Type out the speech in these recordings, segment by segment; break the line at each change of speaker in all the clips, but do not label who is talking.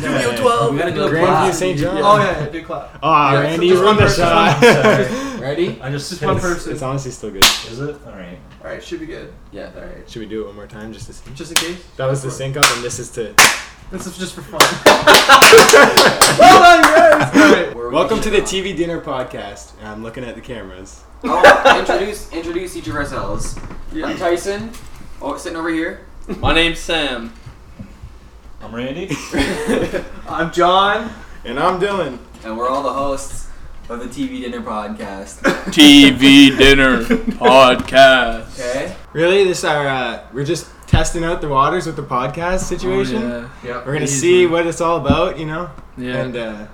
Oh,
We gotta do a
Grandview
clap.
St. John.
Yeah.
Oh,
Oh yeah, big clap.
Ah,
Yeah, it's
Randy,
just
you ruined
one
the
person.
shot.
Ready?
I just just one
it's,
person.
it's
All
honestly still good.
Is it? All right.
right, should be good.
Yeah.
All right,
Should we do it one more time just to see?
just in case.
That was the sync up, and this is to.
This is just for fun. well done, guys. All right.
Where we
Welcome to
should
the
go.
TV Dinner Podcast. And I'm looking at the cameras.
Oh, introduce introduce each of ourselves. I'm
Yeah.
Tyson. Oh, sitting over here.
My name's Sam.
I'm Randy.
I'm John.
And I'm Dylan.
And we're all the hosts of the TV Dinner Podcast.
TV Dinner Podcast.
Okay.
Really, this our uh, we're just testing out the waters with the podcast situation.
yeah.
Yep.
We're gonna
Easily.
see what it's all about, you know.
Yeah.
And uh,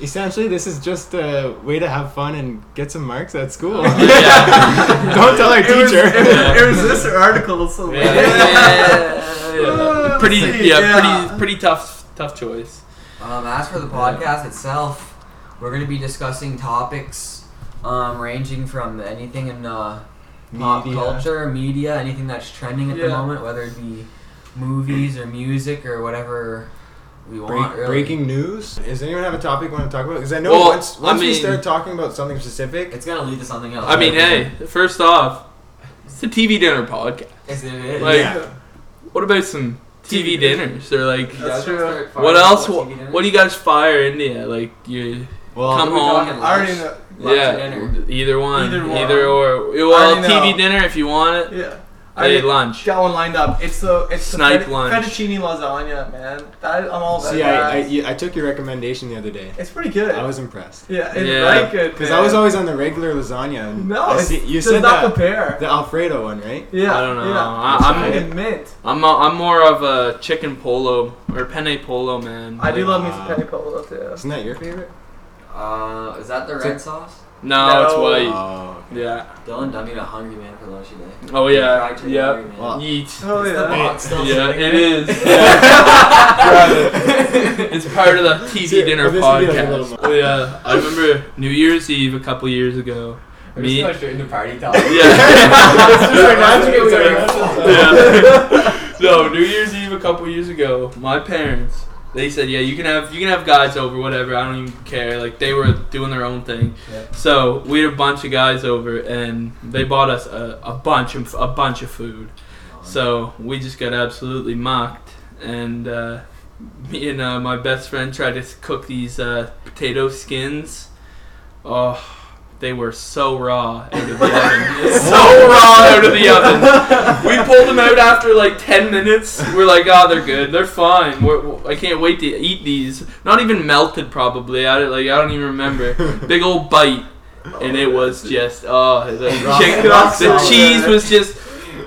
essentially, this is just a way to have fun and get some marks at school.
Yeah.
Don't tell our
It was,
teacher.
it, was, it was this or articles. So
Yeah.
Yeah.
Pretty,
See,
yeah,
yeah.
pretty, pretty tough, tough choice.
Um, as for the podcast itself, we're going to be discussing topics um, ranging from anything in uh, pop
Media.
culture, media, anything that's trending at the
Yeah.
moment, whether it be movies or music or whatever we want.
Break,
really.
breaking news. Does anyone have a topic want to talk about? Because I know
Well,
once
I
once we
mean-
start talking about something specific,
It's going to lead to something else.
I mean, hey, first off, it's the TV Dinner Podcast.
Is it, it is.
Like-
yeah,
What about some TV dinners or like?
You guys
That's
wanna
true.
start firing
What else?
more
What,
TV dinners?
what do you guys fire into? at? Like you
well,
come
What are Oh, we
home.
talking,
I already
lunch?
know.
Lunch or
yeah,
dinner?
either one,
Either one.
or.
I
Well,
already
TV
know.
dinner if you want it.
Yeah. I
Hey,
already
lunch.
got one lined up. It's the it's
Snipe
the fett-
lunch.
fettuccine lasagna, man. That, I'm all about
see,
that.
I, I, you- I took your recommendation the other day.
it's pretty good.
I was impressed
yeah, it's
Yeah.
very good.
because
man.
I was always on the regular lasagna. And
no,
I
it's-
see, you
does
said
not
that
compare.
the Alfredo one, right?
yeah,
I don't know.
Yeah.
I,
Try
I'm
it.
Fucking mint.
I'm a, I'm more of a chicken polo or penne polo man.
I do
Like,
love me some
uh,
penne polo too.
Isn't that your favorite?
Uh, is that the
It's a-
red sauce?
No,
No.
it's white.
Oh,
Yeah.
Dylan dummied a hungry man for lunch today.
Oh
Fried
yeah.
chicken
Yeah.
hungry man.
Wow.
Yeet.
Oh
It's the
yeah.
box still
Yeah,
sitting
it
there.
is. It's part of the TV
See,
dinner
this would be like a little
podcast.
more-
Oh yeah, I remember New Year's Eve a couple years ago.
We're just
Me,
going straight into party talk.
yeah. no, New Year's Eve a couple years ago, my parents they said, "Yeah, you can have you can have guys over, whatever. I don't even care." Like they were doing their own thing.
Yeah.
So we had a bunch of guys over, and they bought us a, a bunch of a bunch of food. So we just got absolutely mocked, and uh, me and uh, my best friend tried to cook these uh, potato skins. Oh, they were so raw out of the oven. so
Oh.
raw out of the oven. We pulled them out after like ten minutes. We're like, oh, they're good. They're fine. We're, w- I can't wait to eat these. Not even melted, probably. I don't- like I don't even remember. Big old bite, and it was just oh, the,
Rock-
chick-
rock
the
solid.
cheese was just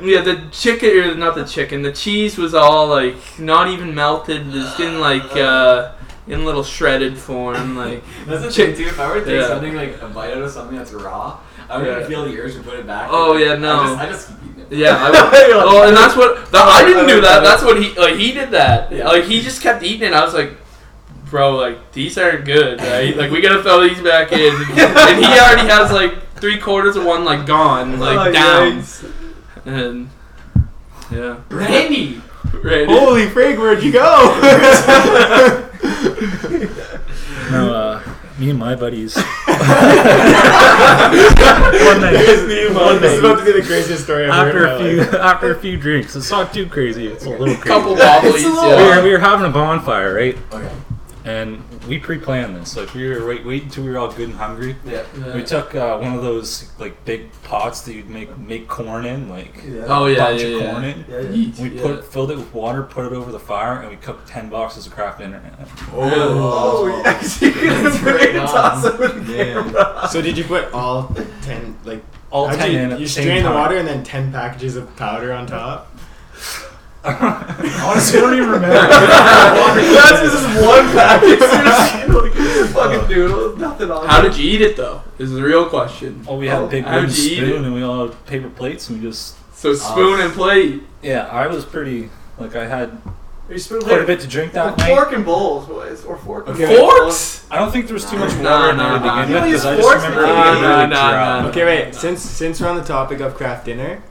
yeah, the chicken or not the chicken. The cheese was all like not even melted. Just in like uh, in little shredded form. Like
That's the thing too. If I were to take
Yeah.
something like a bite out of something that's raw, I would
Yeah.
to feel the urge to put it back.
Oh, yeah,
I
no.
just, I just keep eating it.
yeah. I would, Oh, and that's what that, I didn't do that. That's what he like. He did that.
Yeah.
Like he just kept eating it. I was like, bro, like these aren't good. Right? Like we gotta throw these back in. and he already has like three quarters of one like gone, like
Oh,
down.
yikes.
And yeah,
Randy.
right.
Holy frig, where'd you go?
No, uh, me and my buddies.
This is about to be the craziest story I've
After
heard.
a few, after a few drinks, it's not too crazy. It's a little crazy.
couple wobblies.
It's a little-
we,
yeah.
were, we were having a bonfire, right?
Okay.
And we pre-planned this. Like we were wait, wait until we were all good and hungry.
Yeah.
Yeah.
We took uh, one of those like big pots that you'd make make corn in, like
Oh yeah,
bunch
yeah,
of corn
yeah.
in.
Yeah, yeah.
Yeet,
We
yeah.
put filled it with water, put it over the fire, and we cooked ten boxes of craft dinner. in it.
Oh,
Oh.
yes, you can
That's right on.
toss it with the
Damn.
camera.
So did you put all ten like
All
how'd
ten
you,
in at
you
the same
strain the
time.
water and then ten packages of powder on top?
Honestly, I don't even remember.
That's just one package. Seriously, like, fucking doodles, nothing on
Uh, How
it.
did you eat it though? Is the real question.
Oh, we had a big
How'd
wooden
you eat it?
spoon, and we all had paper plates, and we just.
So spoon and plate.
Yeah, I was pretty. Like I had
Are you spoon
quite a bit to drink that
With
night.
fork and bowls, boys, or fork. and
Okay.
bowls.
Forks?
I don't think there was too much water
Nah,
in there
nah,
to begin
nah.
with,
You
'cause I
forks
just remember
with
it being
the- Nah,
really
nah,
dry.
nah.
Okay, wait. Since since we're on the topic of craft dinner,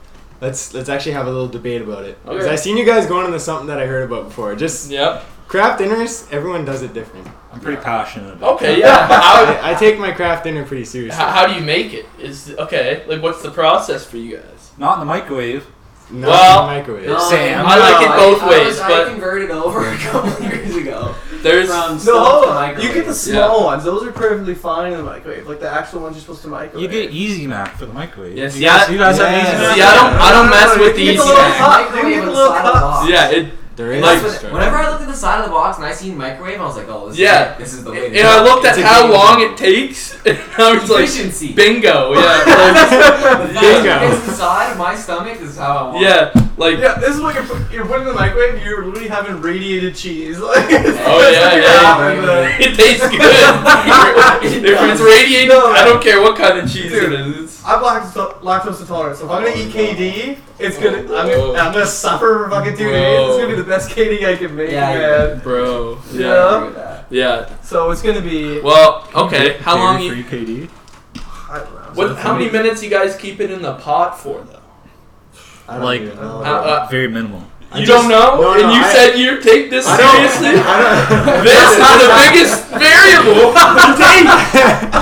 let's let's actually have a little debate about it. 'Cause
Okay.
I seen you guys going into something that I heard about before. Just
Yep.
craft dinners, everyone does it different.
I'm pretty passionate about
Okay,
that.
yeah. But how,
I, I take my craft dinner pretty seriously.
how, how do you make it? Is okay. Like, what's the process for you guys?
Not in the microwave.
Not
Well,
in the microwave.
no. Sam.
I like it both
I,
ways,
I, was,
but-
I converted over a couple years ago.
There's
From
No,
no,
hold
to
on. You
microwave.
get the
Yeah.
small ones. Those are perfectly fine in the microwave. Like the actual ones you're supposed to microwave.
You get Easy Mac for the microwave.
Yes,
you guys,
yeah.
you guys
Yeah.
have Easy
See,
Mac.
I don't, I don't
No, no,
mess
no,
with
you
these.
get the little
Yeah.
box. You get the
Microwave
little
inside the
cups.
box.
Yeah, it,
There is
Like-
a straw.
Whenever I looked at the side of the box and I seen microwave, I was like, oh, this
Yeah.
is this is the way. to
and
go.
I looked at
It's a
how
game.
long it takes, and I was like,
efficiency.
bingo, yeah,
The
Bingo.
fact inside of my stomach is how I
like,
want.
yeah, like,
Yeah, this is what you're, put- you're putting in the microwave. You're literally having radiated cheese. Like, it's-
Oh,
it's
yeah,
like
yeah.
happening, like-
it tastes good. if it's radiating,
No.
I don't care what kind of cheese
Dude.
it is.
I'm lactose, lactose intolerant, so if I'm gonna eat KD, it's gonna I'm
Whoa.
gonna, I'm gonna suffer for fucking two
Whoa.
days. It's gonna be the best KD I can make,
Yeah, I
man.
Bro, yeah,
Yeah.
yeah.
So it's gonna be
Well, okay. How long? You,
Dairy-free KD?
I don't know.
what? How many minutes you guys keep it in the pot for though?
I don't
Like-
do it.
Uh,
Uh, uh,
Very minimal.
I
you
just-
don't know,
no, no,
and you
I-
said you take this
I don't-
seriously.
I don't.
This is the biggest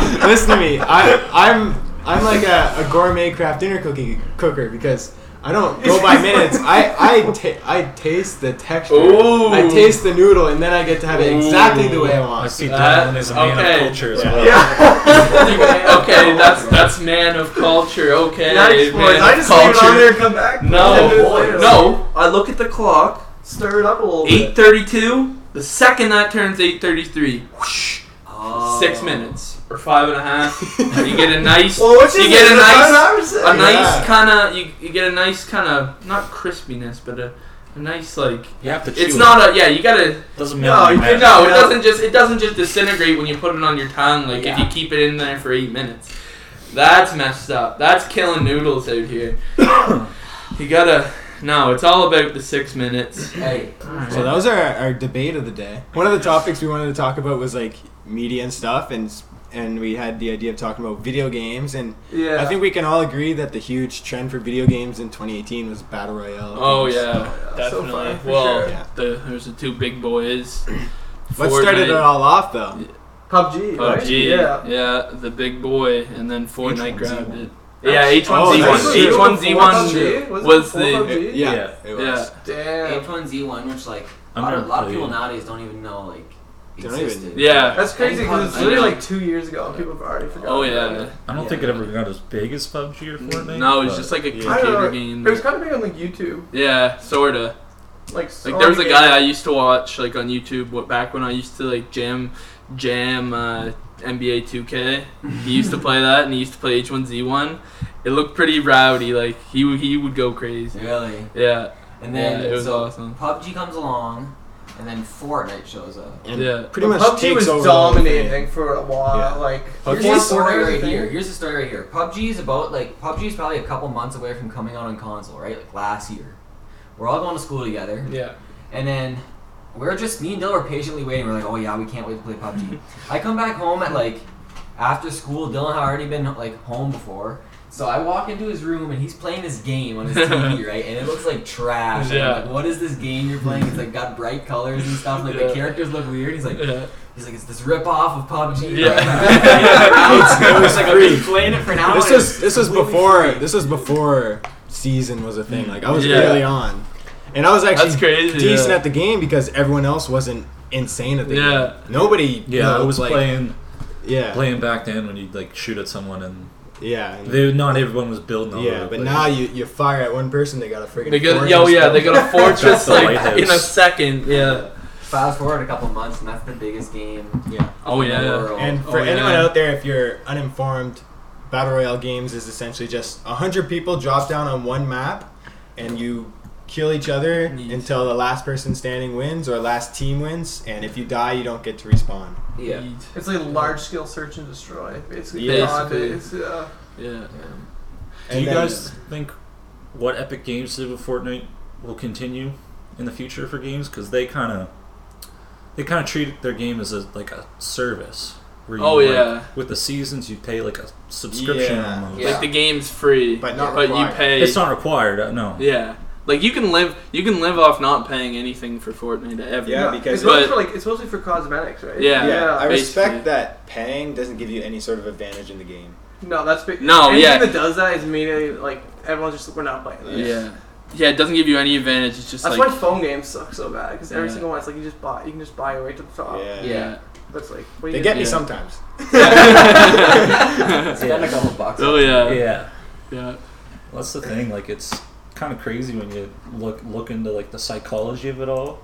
variable.
Listen to me. I, I'm I'm like a, a gourmet craft dinner cookie cooker because I don't go by minutes. I I, ta- I taste the texture.
Ooh.
I taste the noodle, and then I get to have it exactly the way I
I
want.
see
That-
Dylan is a
uh,
man
okay.
of culture as
Yeah.
well.
okay, that's that's man of culture. Okay,
Not explodes.
man
I
of
just leave it on there
culture.
and come back. ten minutes
No,
later.
no. I look at the clock.
Stir it up a little
Eight
bit.
thirty-two. The second that turns eight thirty-three, whoosh,
Oh.
six minutes or five and a half. you get a nice,
Well, which
You
is
get
it?
a
Is that
nice-
what I was saying?
a nice
Yeah.
kind of. You, you get a nice kind of not crispiness, but a, a nice like.
You have to chew
It's
it.
not a yeah. You gotta
Doesn't
No,
really
you
matter.
cannot-
no. It
Yeah.
doesn't just it doesn't just disintegrate when you put it on your tongue. Like if
Yeah.
you keep it in there for eight minutes, that's messed up. That's killing noodles out here. you gotta no. It's all about the six minutes.
Hey,
So that was our, our debate of the day. One of the topics we wanted to talk about was like media and stuff, and s- and we had the idea of talking about video games, and
Yeah.
I think we can all agree that the huge trend for video games in 2018 was battle royale.
Oh yeah,
yeah, so
definitely.
far, for
well,
sure.
Yeah.
the, there's the two big boys.
What started it
Fortnite.
all off though?
PUBG. Right?
PUBG.
Yeah.
Yeah. the big boy, and then Fortnite
H1Z1.
grabbed it.
That's-
Yeah, H
Oh,
one Z one.
that's true.
H one Z
Before
one
PUBG? Was it
was
before
the
PUBG?
Yeah,
Yeah.
it was.
yeah.
Damn.
H1Z1, which like a
I'm
lot,
gonna
a lot of
play
people
it.
nowadays don't even know like
Don't even-
existed.
Yeah.
That's crazy because it's
I
literally
know.
like two years ago. and People have already forgotten.
Oh
about
yeah.
it.
I don't think it ever got as big as PUBG or Fortnite.
No, it's
but-
just like a
Yeah.
I don't
computer
know.
game.
It was kind of big on like YouTube.
Yeah, sorta.
Like,
Like there was a guy I used to watch like on YouTube what back when I used to like jam jam uh, NBA 2K. He used to play that and he used to play H1Z1. It looked pretty rowdy. Like he would- he would go crazy.
Really.
Yeah.
And then
Yeah, it was
so
awesome.
PUBG comes along, and then Fortnite shows up.
And
Yeah.
pretty much
PUBG
takes
was
over the whole thing.
dominating for a while.
Yeah.
Like
PUBG
Here's
Okay,
the
is
sort of
story right
everything.
here. Here's the story right here. PUBG is about like PUBG is probably a couple months away from coming out on console, right? Like last year. We're all going to school together,
Yeah.
and then we're just me and Dylan were patiently waiting. We're like, oh yeah, we can't wait to play PUBG. I come back home at like after school. Dylan had already been like home before. So I walk into his room and he's playing this game on his TV, right? And it looks like trash. And I'm
Yeah.
like, what is this game you're playing? It's like got bright colors and stuff. Like
Yeah.
the characters look weird. He's like,
Yeah.
He's like, it's this ripoff of PUBG.
Yeah.
It's- it was
like, I've been
free.
playing it for an hour.
This
and
was
it's
this was
completely
before
free.
this was before season was a thing. Like I was
Yeah.
early on, and I was
That's
actually
crazy.
decent
yeah.
at the game because everyone else wasn't insane at the
Yeah.
game. Nobody.
Yeah,
you know,
I was
like,
playing
Yeah,
playing back then when you'd like shoot at someone and
yeah, and-
they, not everyone was building. All
Mm-hmm. yeah.
over
But
the
now you, you fire at one person, they got a freaking.
They got
fortress
yo yeah,
built.
they got a fortress
That's the
like
lighthouse.
in a second. Yeah.
Fast forward a couple months, and that's the biggest game.
Yeah.
Oh
in the
yeah.
world.
And
Oh,
for anyone
yeah.
out there, if you're uninformed, battle royale games is essentially just hundred people drop down on one map, and you kill each other
Neat.
until the last person standing wins or last team wins. And if you die, you don't get to respawn.
Yeah.
It's like large scale search and destroy, basically.
Yeah.
Nowadays, yeah.
Yeah.
Do
And
you
then-
guys think what Epic Games did with Fortnite will continue in the future for games? Because they kind of they kind of treat their game as a like a service. Where
Oh,
like,
yeah.
with the seasons you pay like a subscription.
Yeah.
Almost.
Yeah.
Like the game's free,
But not
but you
required.
pay.
It's not required. uh, No.
yeah. Like you can live, you can live off not paying anything for Fortnite ever.
Yeah.
It's
because
But-
mostly for like it's mostly for cosmetics, right?
Yeah.
I
basically.
respect that paying doesn't give you any sort of advantage in the game.
No, that's big.
No,
Anything
yeah.
that does that is immediately like everyone's just we're not playing. That.
yeah, yeah. It doesn't give you any advantage. It's just
That's
like
why phone games suck so bad because every
Yeah.
single one it's like you just buy you can just buy it right to the top.
Yeah.
Yeah.
That's like what are
They
you
get
gonna
me
Yeah.
sometimes.
Spend a couple bucks.
oh yeah, yeah.
Yeah. Well, that's the thing. Like, it's kind of crazy when you look look into like the psychology of it all,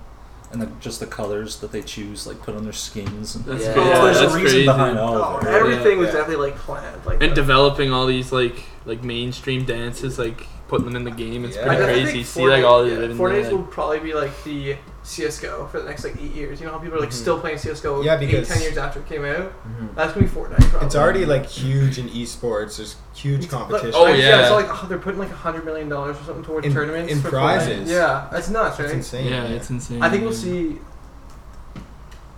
and the, just the colors that they choose, like put on their skins. And
That's
Yeah.
crazy.
Yeah,
there's
that's
a reason
crazy.
behind
do?
all
Oh,
of it. right?
everything was
Yeah.
definitely like planned. Like
And
that.
developing all these like like mainstream dances, like putting them in the game, it's
Yeah.
pretty
I definitely
crazy.
think
See like all the
Fortnite- yeah,
in
Fortnite
the-
will probably be like the CS:GO for the next like eight years. You know how people are like
Mm-hmm.
Mhm.
still playing CS:GO
Yeah,
eight,
because- Mm-hmm.
ten years after it came out. That's gonna be Fortnite. Probably.
It's already like huge in esports. There's huge competition.
Oh,
I-
yeah.
it's like oh, they're putting like hundred million dollars or something towards
In-
tournaments
in
for Fortnite.
prizes.
Yeah, that's nuts,
It's
right?
insane.
yeah, it's insane.
I think we'll see.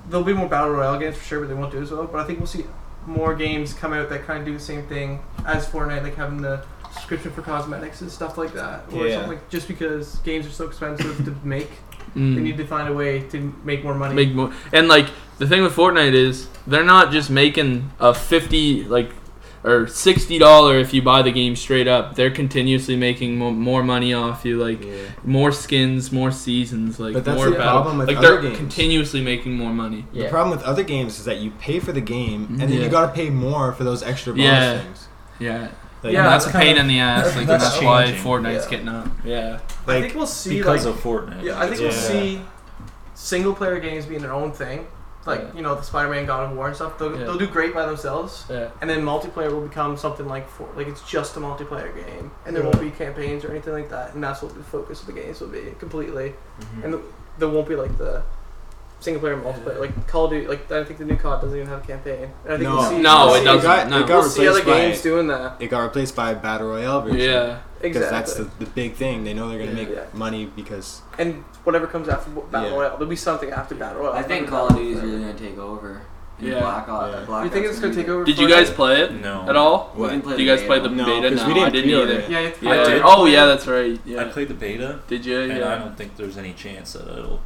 There'll be more battle royale games for sure, but they won't do as well. But I think we'll see more games come out that kind of do the same thing as Fortnite, like having the subscription for cosmetics and stuff like that, or
Yeah.
something like just because games are so expensive to make,
Mm.
they need to find a way to make more money.
make more. And like the thing with Fortnite is they're not just making a fifty like or sixty dollar if you buy the game straight up. They're continuously making mo- more money off you, like more skins, more seasons, like
But that's
more
the
battle.
problem with
like
other
they're
games.
continuously making more money.
The
Yeah.
problem with other games is that you pay for the game and then
Yeah.
you gotta pay more for those extra bonus
Yeah.
things.
Yeah,
Like,
yeah,
Yeah,
that's a
that's
pain
kinda-
in the ass. Like that's,
that's
why
changing.
Fortnite's
Yeah.
getting up. Yeah,
I
like,
think we'll see
Because
like
of Fortnite.
yeah, I think we'll
Yeah.
see single player games being their own thing, like
Yeah.
you know the Spider-Man, God of War, and stuff. They'll,
Yeah.
they'll do great by themselves.
yeah,
And then multiplayer will become something like for like it's just a multiplayer game, and there
Yeah.
won't be campaigns or anything like that, and that's what the focus of the games will be completely.
Mm-hmm.
And the, there won't be like the single player and multiplayer like Call of Duty. Like I don't think the new COD doesn't even have a campaign. And I think
No.
we'll see,
No,
we'll
it
see,
doesn't.
got-
No.
It got
We'll see other
replaced by
games doing that.
it got replaced by battle royale version.
yeah.
Because
Exactly.
that's the, the big thing. They know they're gonna
Yeah.
make
Yeah.
money because
and whatever comes after Bo- Battle
Yeah.
Royale, there'll be something after Battle Royale.
I think Call of Duty is really gonna take over. And
Yeah.
Black Ops.
Yeah.
Black
You think
Ops
it's gonna take
be-
over?
Did you
Fortnite?
guys play it
No.
at all?
We didn't play
Do you guys play the
beta.
No,
beta?
'cause we
I
didn't
didn't
pre-order
either.
it.
Yeah, you have to
Yeah.
I
play
did.
it.
Oh yeah, that's right. Yeah.
I played the beta,
Did you?
and I
Yeah.
don't think there's any chance that it'll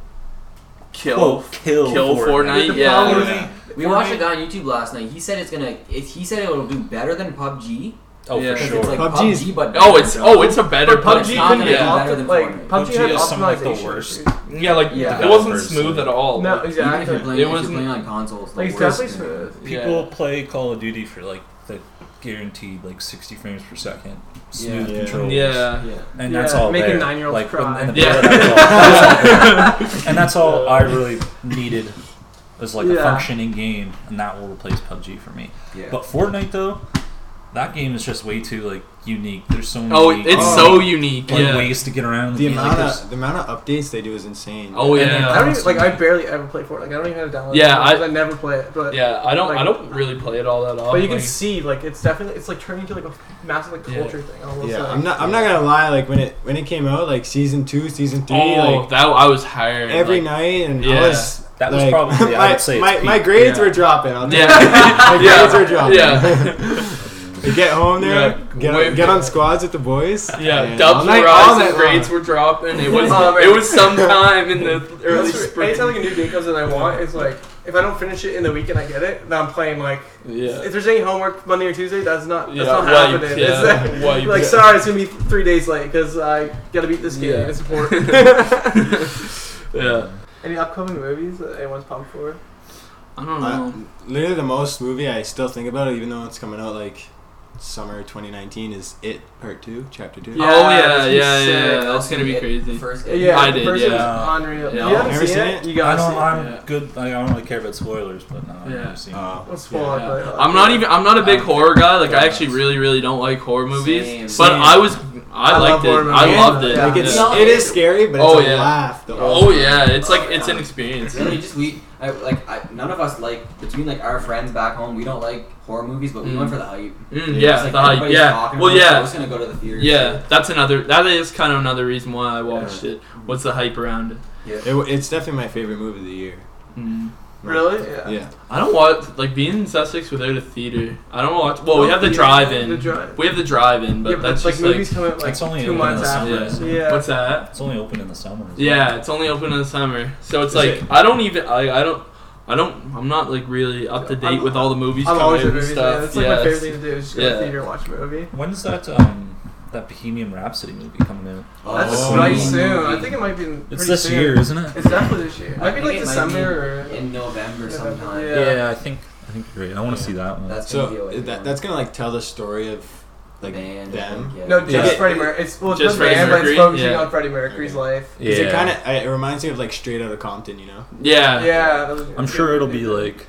Kill.
Oh, kill
kill Fortnite,
The
yeah.
problem is-
Yeah.
We watched a guy on YouTube last night. He said it's gonna. It, he said it'll do better than PUBG.
Oh,
Yeah.
for
'cause
sure.
It's like
PUBG
PUBG,
's-
but
Oh, it's
better, bro.
oh, it's a better
But
But
PUBG
it's
plan.
not gonna
couldn't get
be
yeah.
better than
like
Fortnite.
PUBG had
PUBG is some, like, the
optimization
worst.
issues.
Yeah, like
Yeah.
it wasn't
Developers,
smooth
yeah.
at all.
No,
Like,
Even if
exactly.
you're playing, if
It
you're
wasn't-
playing on consoles, the
Like it's
worst
definitely
thing.
smooth.
People
yeah.
play Call of Duty for like the guaranteed like 60 frames per second, smooth
Yeah.
controls.
Yeah.
Yeah.
and
Yeah,
that's all
making
there.
nine-year-olds
like, when-
cry.
And, the
Yeah.
beta, that's all- and that's all I really needed was like a
Yeah.
functioning game, and that will replace PUBG for me.
Yeah.
But Fortnite though, that game is just way too like unique. There's so many.
Oh, it's
Oh.
so unique.
like,
Yeah.
ways to get around
the
game. Like,
amount
there's-
of the amount of updates they do is insane.
Oh
And
yeah.
I don't even, like. I barely ever play Fortnite. Like, I don't even have it downloaded.
Yeah,
because
I-
I, never play it. But
Yeah, I don't. I
Like-
don't really play it all that often.
but you can
like,
see like it's definitely it's like turning into like a massive like
Yeah.
culture thing almost.
yeah,
like,
I'm not. I'm not gonna lie. Like when it when it came out, like season two, season three,
oh,
like
that I was hired
every
like,
night, and
Yeah.
I was.
That was
like,
probably, I
my,
would say,
my,
its
my
peak.
grades
Yeah.
were dropping. I'll tell
Yeah.
you. my
Yeah.
grades were dropping.
Yeah.
You get home there,
Yeah.
get,
Way-
on, get on squads with the boys.
Yeah,
and all
dubs
night-
were rising,
all night
grades
long.
were dropping. It was
Oh, right.
it was sometime in the early
That's right.
spring.
Anytime like a new game comes in, I want it's like if I don't finish it in the weekend, I get it. Then I'm playing like
Yeah,
if there's any homework Monday or Tuesday, that's not that's
yeah,
not
wiped,
happening. It's,
Yeah, wiped.
like sorry, it's gonna be three days late because I gotta beat this game.
Yeah.
It's important.
yeah.
Any upcoming movies that anyone's pumped for?
I don't
Uh,
know.
literally, the most movie I still think about, even though it's coming out like summer 2019, is It Part Two, Chapter Two.
Yeah,
oh yeah,
that's
yeah, yeah,
sick.
yeah. That's gonna be
It-
crazy.
First,
Yeah,
I
the
did,
first
yeah.
one's unreal.
Yeah.
You haven't
Never
seen,
seen
it?
it?
You
I
gotta
don't.
see
I'm
Yeah.
good. Like, I don't really care about spoilers, but no, I've
Yeah.
never seen.
Uh,
it. Let's follow
Yeah.
up, uh,
I'm not even. I'm not a big
Um,
horror guy. Like I
yeah.
actually really, really don't like horror movies.
Same.
But
Same.
I was. I,
I love
liked it.
horror
I
movies.
loved it.
Yeah.
Like it's,
Yeah.
No.
it is scary, but it's
Oh,
a
yeah.
laugh. The whole
Oh
time.
yeah, it's like it's an experience.
Really, just we, I, like, I, none of us like between like our friends back home. We don't like horror movies, but we
Mm.
went for the hype.
Mm,
It's
yeah,
like
the hype.
everybody's
Yeah.
talking
Well,
about it, so we're
yeah,
just gonna go to the theater.
yeah. That's another. That is kind of another reason
Mm-hmm.
why I watched it. What's the hype around it?
yeah.
It, it's definitely my favorite movie of the year.
Mm.
Really? Yeah.
Yeah.
I don't watch like being in Sussex without a theater. I don't watch. Well, we have the
Yeah,
drive-in.
the drive-
We have the drive-in, but
yeah, but
that's
like
just
movies come out like
it's only
two
open
months
in the
after.
after.
summer.
Yeah.
what's that?
It's only open in the summer. as well.
Yeah, it's only open in the summer, so it's
Is
like
it-
I don't even. I, I don't. I don't. I'm not like really up to date
I'm-
with all the movies
I'm
coming
always
out
at
and
movies. Yeah,
stuff.
that's like
yeah,
my favorite
it's-
thing to do is just go to
yeah.
the theater and watch a movie.
When's that um that Bohemian Rhapsody movie coming out?
Oh,
That's
Oh.
right soon. I think it might be. in-
It's
pretty
this
soon.
year, isn't it?
It's definitely this year.
I
Might be
think
like
it might
December or.
in November
Yeah,
sometime.
yeah.
I think I think you're right. I want to see that one.
That's gonna be
So
a
that, that's gonna like tell the story of like
band,
them.
Yeah.
No, just
Yeah.
Freddie Mercury. It's well, it's
Just
just the
Freddie
band, but it's
Mercury?
focusing
Yeah.
on Freddie Mercury's life.
'Cause It kind of it reminds me of like Straight Outta Compton, you know?
yeah.
Yeah, that was
I'm sure it'll be like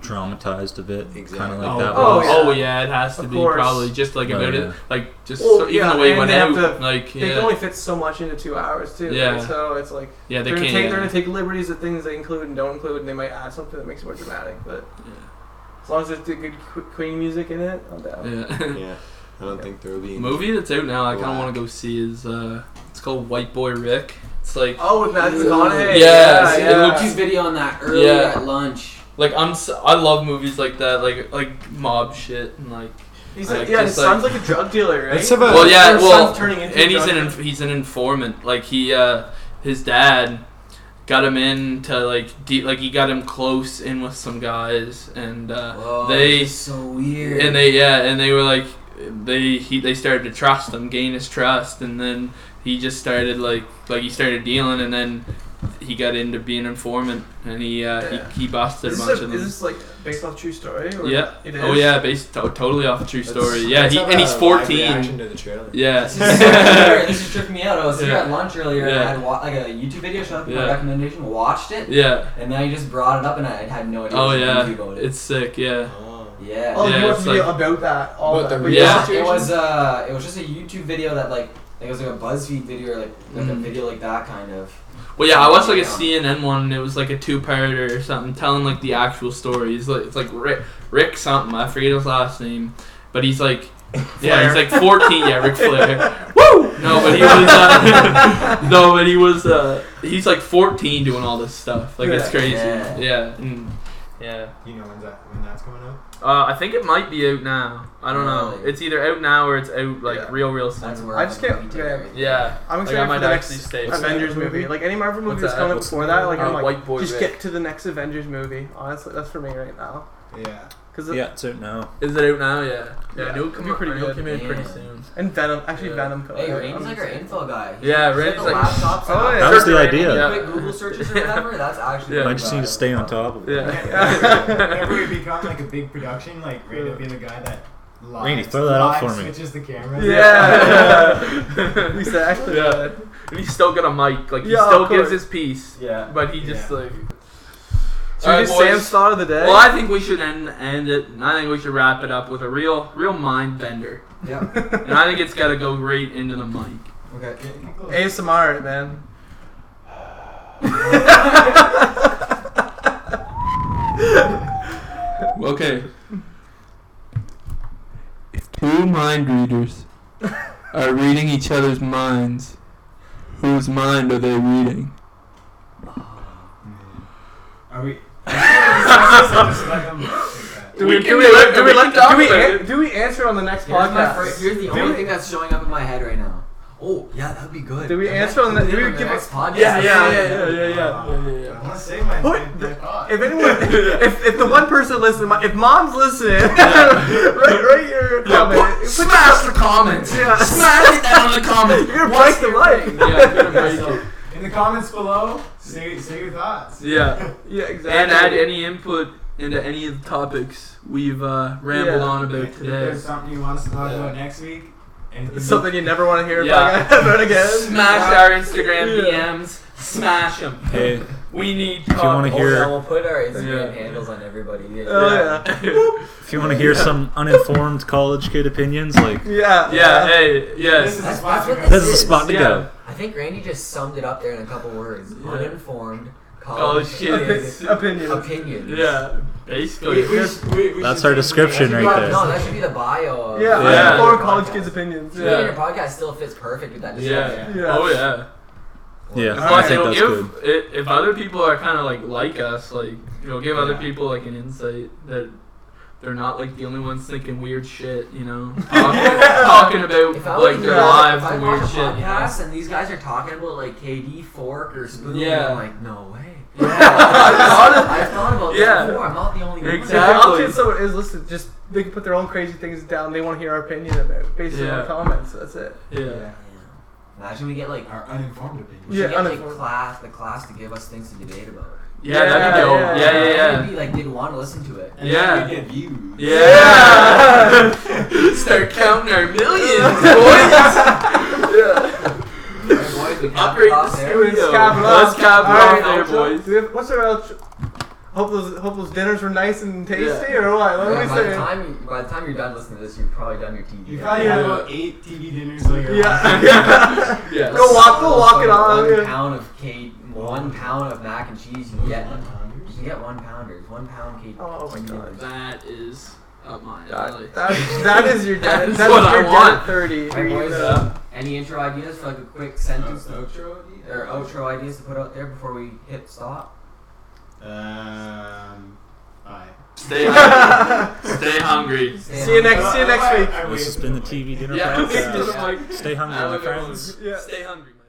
dramatized a bit, kind
Exactly.
of like
Oh,
that.
oh,
was.
yeah.
Oh yeah, it has to
Of
be
course.
probably just like
Oh,
about
yeah.
it, like just
Well,
so, even
yeah,
the way it
and
went
they have
out,
to-
like
They
yeah,
can only fit so much into two hours too.
Yeah.
right? So it's like
yeah, they
they are gonna
can't.
take
yeah.
they're gonna take liberties at things they include and don't include, and they might add something that makes it more dramatic. But as long as there's good Qu- Queen music in it, I'm down.
Yeah. yeah.
Yeah. I don't think there will be.
The
any-
movie that's out now, I kind of
Black.
want to go see is uh, it's called White Boy Rick. It's like
Oh, with Matthew
Ooh.
McConaughey.
Yeah,
I
yeah.
seen
yeah.
the YouTube video on that earlier
Yeah.
at lunch.
like I'm s- I love movies like that, like like mob shit and like
He's
Like,
like, yeah, his
just like-
son's like a drug dealer, right?
Let's have a-
Well, yeah,
His
well,
son's turning into
and
a
he's
drug
an
dealer.
inf- he's an informant. Like he uh, his dad got him in to like de- like he got him close in with some guys and uh,
Whoa,
they-
this is so weird.
And they yeah, and they were like they he they started to trust him, gain his trust, and then he just started like like he started dealing, and then he got into being an informant, and he uh,
Yeah.
he, he busted
Is
a
this,
bunch
a-
of
is
them.
this like based off true story? Or
Yeah.
It is.
Oh yeah, based to- totally off a true
Let's-
story. yeah,
let's
he,
have
and he's
a live
fourteen.
reaction to the trailer.
Yeah.
This is so weird. This just tripped me out. I was here
Yeah.
at lunch earlier and
Yeah.
I had wa- like a YouTube video showed up in my
Yeah.
recommendation, watched it,
yeah.
and then I just brought it up and I had no idea
Oh
what to
yeah.
do about it.
It's sick. Yeah.
Oh.
yeah.
Oh,
Yeah,
you watched
it's
a video
like-
about that. All
About
that.
the
but
real
yeah.
it was uh, it was just a YouTube video that like, like it was like a BuzzFeed video or like, like a
Mm.
video like that kind of.
Well, yeah. I watched like a
Yeah.
CNN one. and It was like a two-parter or something, telling like the actual story. It's like it's like Rick Rick something. I forget his last name, but he's like yeah, he's like 14. Yeah, Ric Flair.
Woo!
No, but he was. Uh, no, but he was. Uh, he's like 14 doing all this stuff. Like it's
Yeah.
crazy.
Yeah.
Yeah. and- yeah.
You know when that when that's coming out?
Uh, I think it might be out now. I don't know.
Really?
It's either out now or it's out like
Yeah.
real, real
That's
soon.
where
I
I'm
just
gonna
can't-
be
yeah.
doing it.
Yeah.
I'm
Like
excited
I
for
might
the
actually
next
stay.
What's that?
Avengers movie. Like any Marvel movie
What's
that's
that?
coming out
What's
before
the-
that, like
Uh,
I'm like,
White Boy
just
Rick.
get to the next Avengers movie. Honestly, that's for me right now.
Yeah.
Cause
yeah, it's out now.
Is it out now? Yeah. Yeah.
Yeah.
I knew it
It'd be
come out.
pretty
I knew it
good.
came out pretty
Yeah.
soon.
And Venom, actually
Yeah.
Venom. co-
Hey,
I'm
Rain's like our
excited.
info guy. He's-
Yeah,
he's got
Rain's
the
like-
laptops.
Oh,
and
yeah.
That was the
Circle
idea.
Yeah.
Quick Google searches or whatever. That's actually.
Yeah.
the
I just need to
guy.
stay on top of it.
Yeah.
Whenever we become like a big production, like Rain will be the guy that lies,
Rainey, throw that out
lies,
for me.
Switches the camera.
Yeah. we said actually.
Yeah.
uh,
And he's still got a mic. Like he
Yeah, of
still gives
course.
his piece,
Yeah.
but he just
Yeah.
like.
So we
Alright,
do
boys.
Sam's thought of the day.
Well, I think we should end end it. And I think we should wrap it up with a real real mind bender.
Yeah.
And I think it's got to go right into the mic.
Okay.
ASMR, it, man.
Okay. If two mind readers are reading each other's minds, whose mind are they reading?
Are we? Just
Do
Do
we-
we,
can
do
we
we,
let-
do we,
can
let-
talk
do we,
about
an- do we answer on the next
Here's, my
podcast?
first, here's the
Do
only
we-
thing that's showing up in my head right now. Oh, yeah, that'd be good.
Do we
The
answer on
next-
the- do we
on the
give a-
next podcast?
Yeah, yeah, yeah, yeah, yeah, yeah, yeah, yeah.
I want to say my
What?
name, my thought.
If anyone, if, if the one person listening, if mom's listening, write, write your comment. Put-
Smash the comments.
Yeah.
Smash it down in the comments.
You're gonna break the mic.
Yeah, I'm gonna break it.
So,
Oh,
in the comments below, say say your thoughts.
Yeah.
Yeah, exactly.
And add any input into any of the topics we've uh, rambled
Yeah.
on about
If there's
today.
something you want us to talk
Yeah.
about next week, and
It's something you never want to hear
Yeah.
about about again.
Smash our Instagram
Yeah.
DMs. Smash them.
Hey, if
We need.
you want to
Oh, yeah,
hear,
we'll put our Instagram
Yeah.
handles on everybody. Yeah.
Oh yeah.
if you want to hear some uninformed college kid opinions, like
Yeah.
Yeah. Hey.
This
Yes.
is a
That's- that's
spot for
what
us.
this is a spot to go.
I think Randy just summed it up there in a couple words.
Yeah.
Uninformed,
College
Oh,
college
kids.
kids,
Opinion.
opinions.
Yeah.
We-
Basically.
we should- we- we
That's
should
our
do-
description
we should
right
do-
there.
No, that should be the bio.
Yeah.
Of
yeah.
Yeah.
Or college kids' opinions.
Yeah.
Your podcast still fits perfect with that.
Yeah.
Yeah.
Oh yeah.
Yeah,
If,
I
I-
think
you know,
that's
if, i- if other people are kind of like like us, like you know, give other
Yeah.
people like an insight that they're not like the only ones thinking weird shit, you know, talking, talking
If I
about
was
like their
a-
lives
if I
and
watch
weird
a
shit. you know?
podcast and these guys are talking about like KD fork or spoon,
Yeah.
I'm like, no way. I've thought about
Yeah.
this before. I'm not the only one.
Exactly.
If the someone is listed, just they can put their own crazy things down. They want to hear our opinion about it based on
Yeah.
our comments. That's it.
Yeah.
Imagine we get like
Our uninformed opinion.
we
Yeah,
should get like
uninformed.
class the class to give us things to debate about.
Yeah, that'd be
Yeah,
dope.
yeah,
Yeah, yeah, yeah.
Maybe like they'd want to listen to it.
And
Yeah.
then we get views.
Yeah.
Start counting our millions, boys.
Right, boys, we cap
Upgrade
it off
the
there.
Dude, let's
go.
cap it
Let's
off.
cap it
All
off there,
outro.
boys.
Do we have- What's our outro? Hope those hope those dinners were nice and tasty, or what?
Yeah,
What are we
by, the
saying?
time, you- by the time you're done listening to this, you've probably done your TV.
You probably had about eight TV dinners on your
Yeah.
yeah.
Go walk- go walk it on,
One
yeah.
pound of cake, one pound of mac and cheese. You can get, you
Pounders.
can get one pounders, one pound cake.
Oh my god.
That is up my alley.
That, that, that is your
That
dinner.
is
That
what
is
I
your dinner
want.
thirty.
Alright, boys,
Uh,
uh, any intro ideas for like a quick sentence to outro or outro ideas to put out there before we hit stop?
Um. Bye.
Stay hungry. Stay hungry.
See you next. See you next week.
I- I
This has
waved
been the
at the mic.
TV Dinner
Yeah.
Podcast.
I'm like,
Stay hungry,
I
my
look at
friends.
one.
Yeah.
Stay hungry, man.